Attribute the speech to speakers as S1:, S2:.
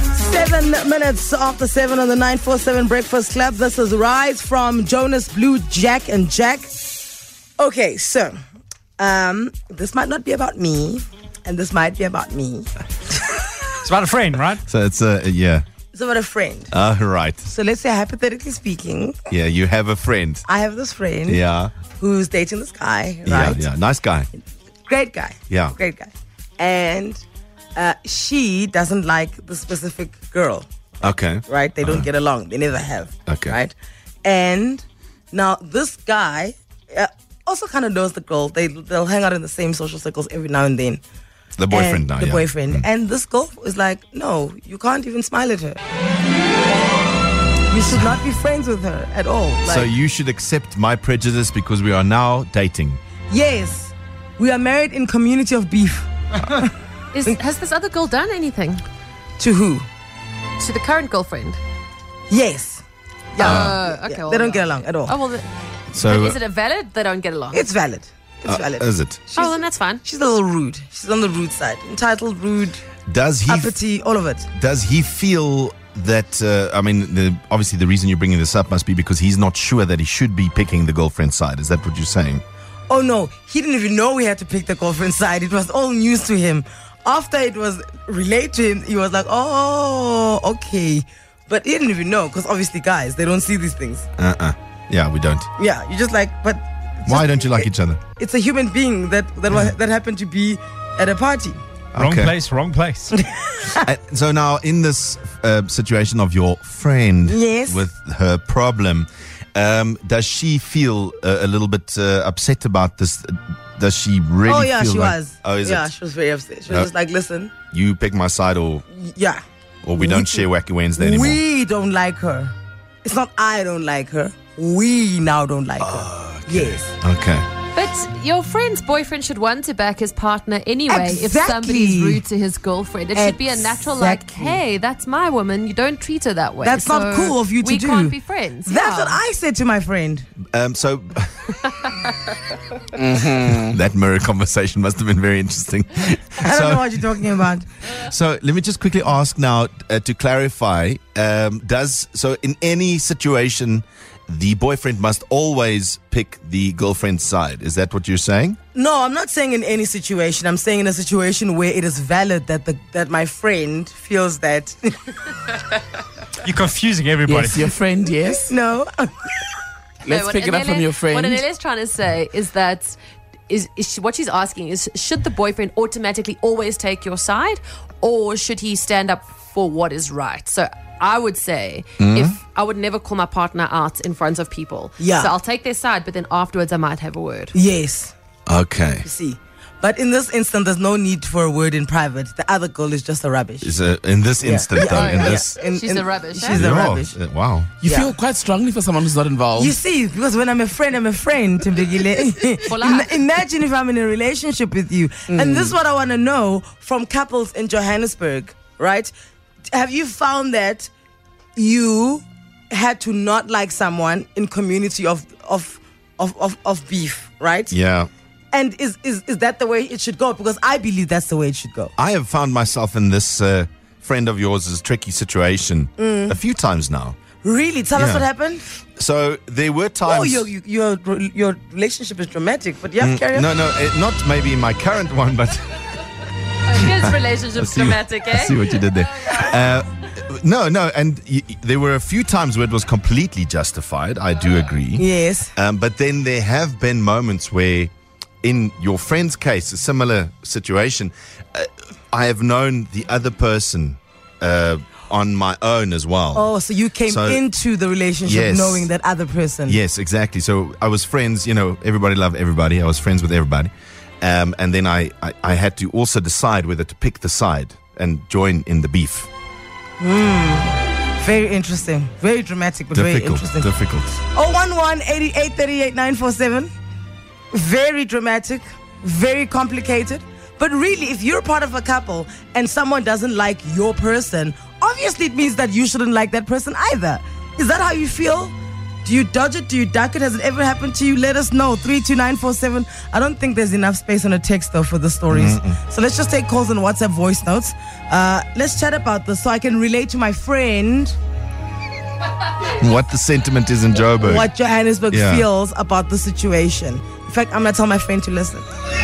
S1: Seven minutes after seven on the 947 Breakfast Club. This is Rise from Jonas Blue, Jack, and Jack. Okay, so um, this might not be about me, and this might be about me.
S2: It's about a friend, right?
S3: So it's a yeah.
S1: It's about a friend.
S3: Uh, right.
S1: So let's say, hypothetically speaking,
S3: Yeah, you have a friend.
S1: I have this friend
S3: Yeah.
S1: who's dating this guy,
S3: Yeah.
S1: right?
S3: Yeah. Nice guy.
S1: Great guy.
S3: Yeah.
S1: Great guy. And uh, she doesn't like the specific girl.
S3: Okay.
S1: right? They don't get along. They never have.
S3: Uh. Okay.
S1: Right? And now this guy uh, also kind of knows the girl. They they'll hang out in the same social circles every now and then.
S3: The boyfriend
S1: And
S3: now.
S1: The
S3: yeah. Mm.
S1: boyfriend. And this girl is like, no, you can't even smile at her. You should not be friends with her at all. Like,
S3: so you should accept my prejudice because we are now dating.
S1: yes, we are married in community of beef.
S4: Is,
S1: Mm.
S4: has this other girl done anything
S1: To who?
S4: to the current girlfriend?
S1: Yes. Yeah.
S4: Uh,
S1: Yeah,
S4: okay.
S1: they
S4: well,
S1: don't
S4: no.
S1: get along at all.
S4: Oh well. th-
S3: So
S4: is it a valid? They don't get along.
S1: It's valid. It's
S3: uh,
S1: valid.
S3: is it?
S1: She's-
S4: oh, then that's fine.
S1: She's a little rude. She's on the rude side. Entitled, rude,
S3: Does he
S1: uppity, all of it.
S3: does he feel that uh, I mean the, obviously the reason you're bringing this up must be because he's not sure that he should be picking the girlfriend's side. Is that what you're saying?
S1: Oh no, he didn't even know we had to pick the girlfriend side. It was all news to him. After it was relayed to him, he was like, oh, okay. But he didn't even know because obviously, guys, they don't see these things.
S3: Uh uh Yeah, we don't.
S1: Yeah, you're just like, but
S3: Why don't you like each other?
S1: it's a human being that that, was, that happened to be at a party.
S2: Wrong
S3: Okay.
S2: place, wrong place.
S3: Uh, so now, in this uh, situation of your friend
S1: Yes.
S3: with her problem, um, does she feel uh, a little bit uh, upset about this? Does she really?
S1: oh yeah,
S3: feel
S1: she
S3: like,
S1: was.
S3: Oh, is
S1: yeah,
S3: it?
S1: she was very upset. She was
S3: Uh,
S1: just like, listen,
S3: You pick my side, or
S1: y- yeah,
S3: or we don't share Wacky Wednesday anymore.
S1: we don't like her. It's not I don't like her. We now don't like her. Yes.
S3: Ah, okay.
S4: But your friend's boyfriend should want to back his partner anyway if
S1: Exactly.
S4: somebody's rude to his girlfriend. It should be a natural, like,
S1: Exactly.
S4: hey, that's my woman. You don't treat her that way.
S1: That's not
S4: So
S1: cool of you to
S4: we
S1: do.
S4: can't be friends.
S1: That's
S4: Yeah.
S1: what I said to my friend.
S3: Um, so that mirror conversation must have been very interesting.
S1: I don't know what you're talking about.
S3: So let me just quickly ask now uh, to clarify: um, Does so in any situation, the boyfriend must always pick the girlfriend's side? Is that what you're saying?
S1: No, I'm not saying in any situation. I'm saying in a situation where it is valid that the that my friend feels that.
S2: You're confusing everybody.
S5: Yes, your friend, yes.
S1: no,
S5: Let's
S4: what
S5: pick it up from
S4: Anele-
S5: your
S4: What
S5: friend.
S4: Anele's trying to say is that is, is she, what she's asking is should the boyfriend automatically always take your side, or should he stand up for what is right? So I would say
S5: Mm-hmm.
S4: if I would never call my partner out in front of people.
S1: Yeah.
S4: So I'll take their side, but then afterwards I might have a word.
S1: yes,
S3: Okay.
S1: see. But in this instance, there's no need for a word in private. The other girl is just a rubbish.
S3: Is, uh, in this instant, though, in this.
S1: In-
S4: She's
S1: in-
S4: a rubbish, eh?
S1: She's a
S3: Yeah,
S1: rubbish.
S3: uh, Wow.
S5: You
S1: Yeah.
S5: feel quite strongly for someone who's not involved.
S3: Um,
S1: You see, because when I'm a friend, I'm a friend, Timbegile.
S4: For life.
S1: Im- Imagine if I'm in a relationship with you. And
S3: Mm.
S1: this is what I want to know from couples in Johannesburg, right? Have you found that you had to not like someone in community of of of of, of beef, right?
S3: Yeah.
S1: And is, is is that the way it should go? Because I believe that's the way it should go.
S3: I have found myself in this uh, friend of yours' tricky situation
S1: Mm.
S3: a few times now.
S1: Really? Tell us
S3: Yeah.
S1: what happened.
S3: So there were
S1: Oh,
S3: times.
S1: your your- your your relationship is dramatic, but yeah, carry on.
S3: no, no, uh, not maybe my current one, but.
S4: His relationship's
S3: see what-
S4: dramatic,
S3: I see
S4: eh?
S3: what you did there.
S1: Oh,
S3: Uh, no, no, and y- y- there were a few times where it was completely justified. I do agree.
S1: Yes.
S3: Um, but then there have been moments where, in your friend's case, a similar situation, uh, I have known the other person uh, on my own as well.
S1: Oh, so you came
S3: So-
S1: into the relationship
S3: Yes.
S1: knowing that other person.
S3: Yes, exactly. So I was friends, you know, everybody loved everybody. I was friends with everybody. Um, and then I, I, I had to also decide whether to pick the side and join in the beef.
S1: Very interesting. Very dramatic, but very
S3: Difficult,
S1: interesting.
S3: difficult.
S1: 011 8838 947. Very dramatic, very complicated. But really, if you're part of a couple and someone doesn't like your person, obviously it means that you shouldn't like that person either. Is that how you feel? Do you dodge it? Do you duck it? Has it ever happened to you? Let us know. 32947. I don't think there's enough space on a text, though, for the stories. So let's just take calls and WhatsApp voice notes. Uh, let's chat about this so I can relate to my friend
S3: What the sentiment is in Joburg.
S1: what Johannesburg
S3: Yeah.
S1: feels about the situation. In fact, I'm going to tell my friend to listen.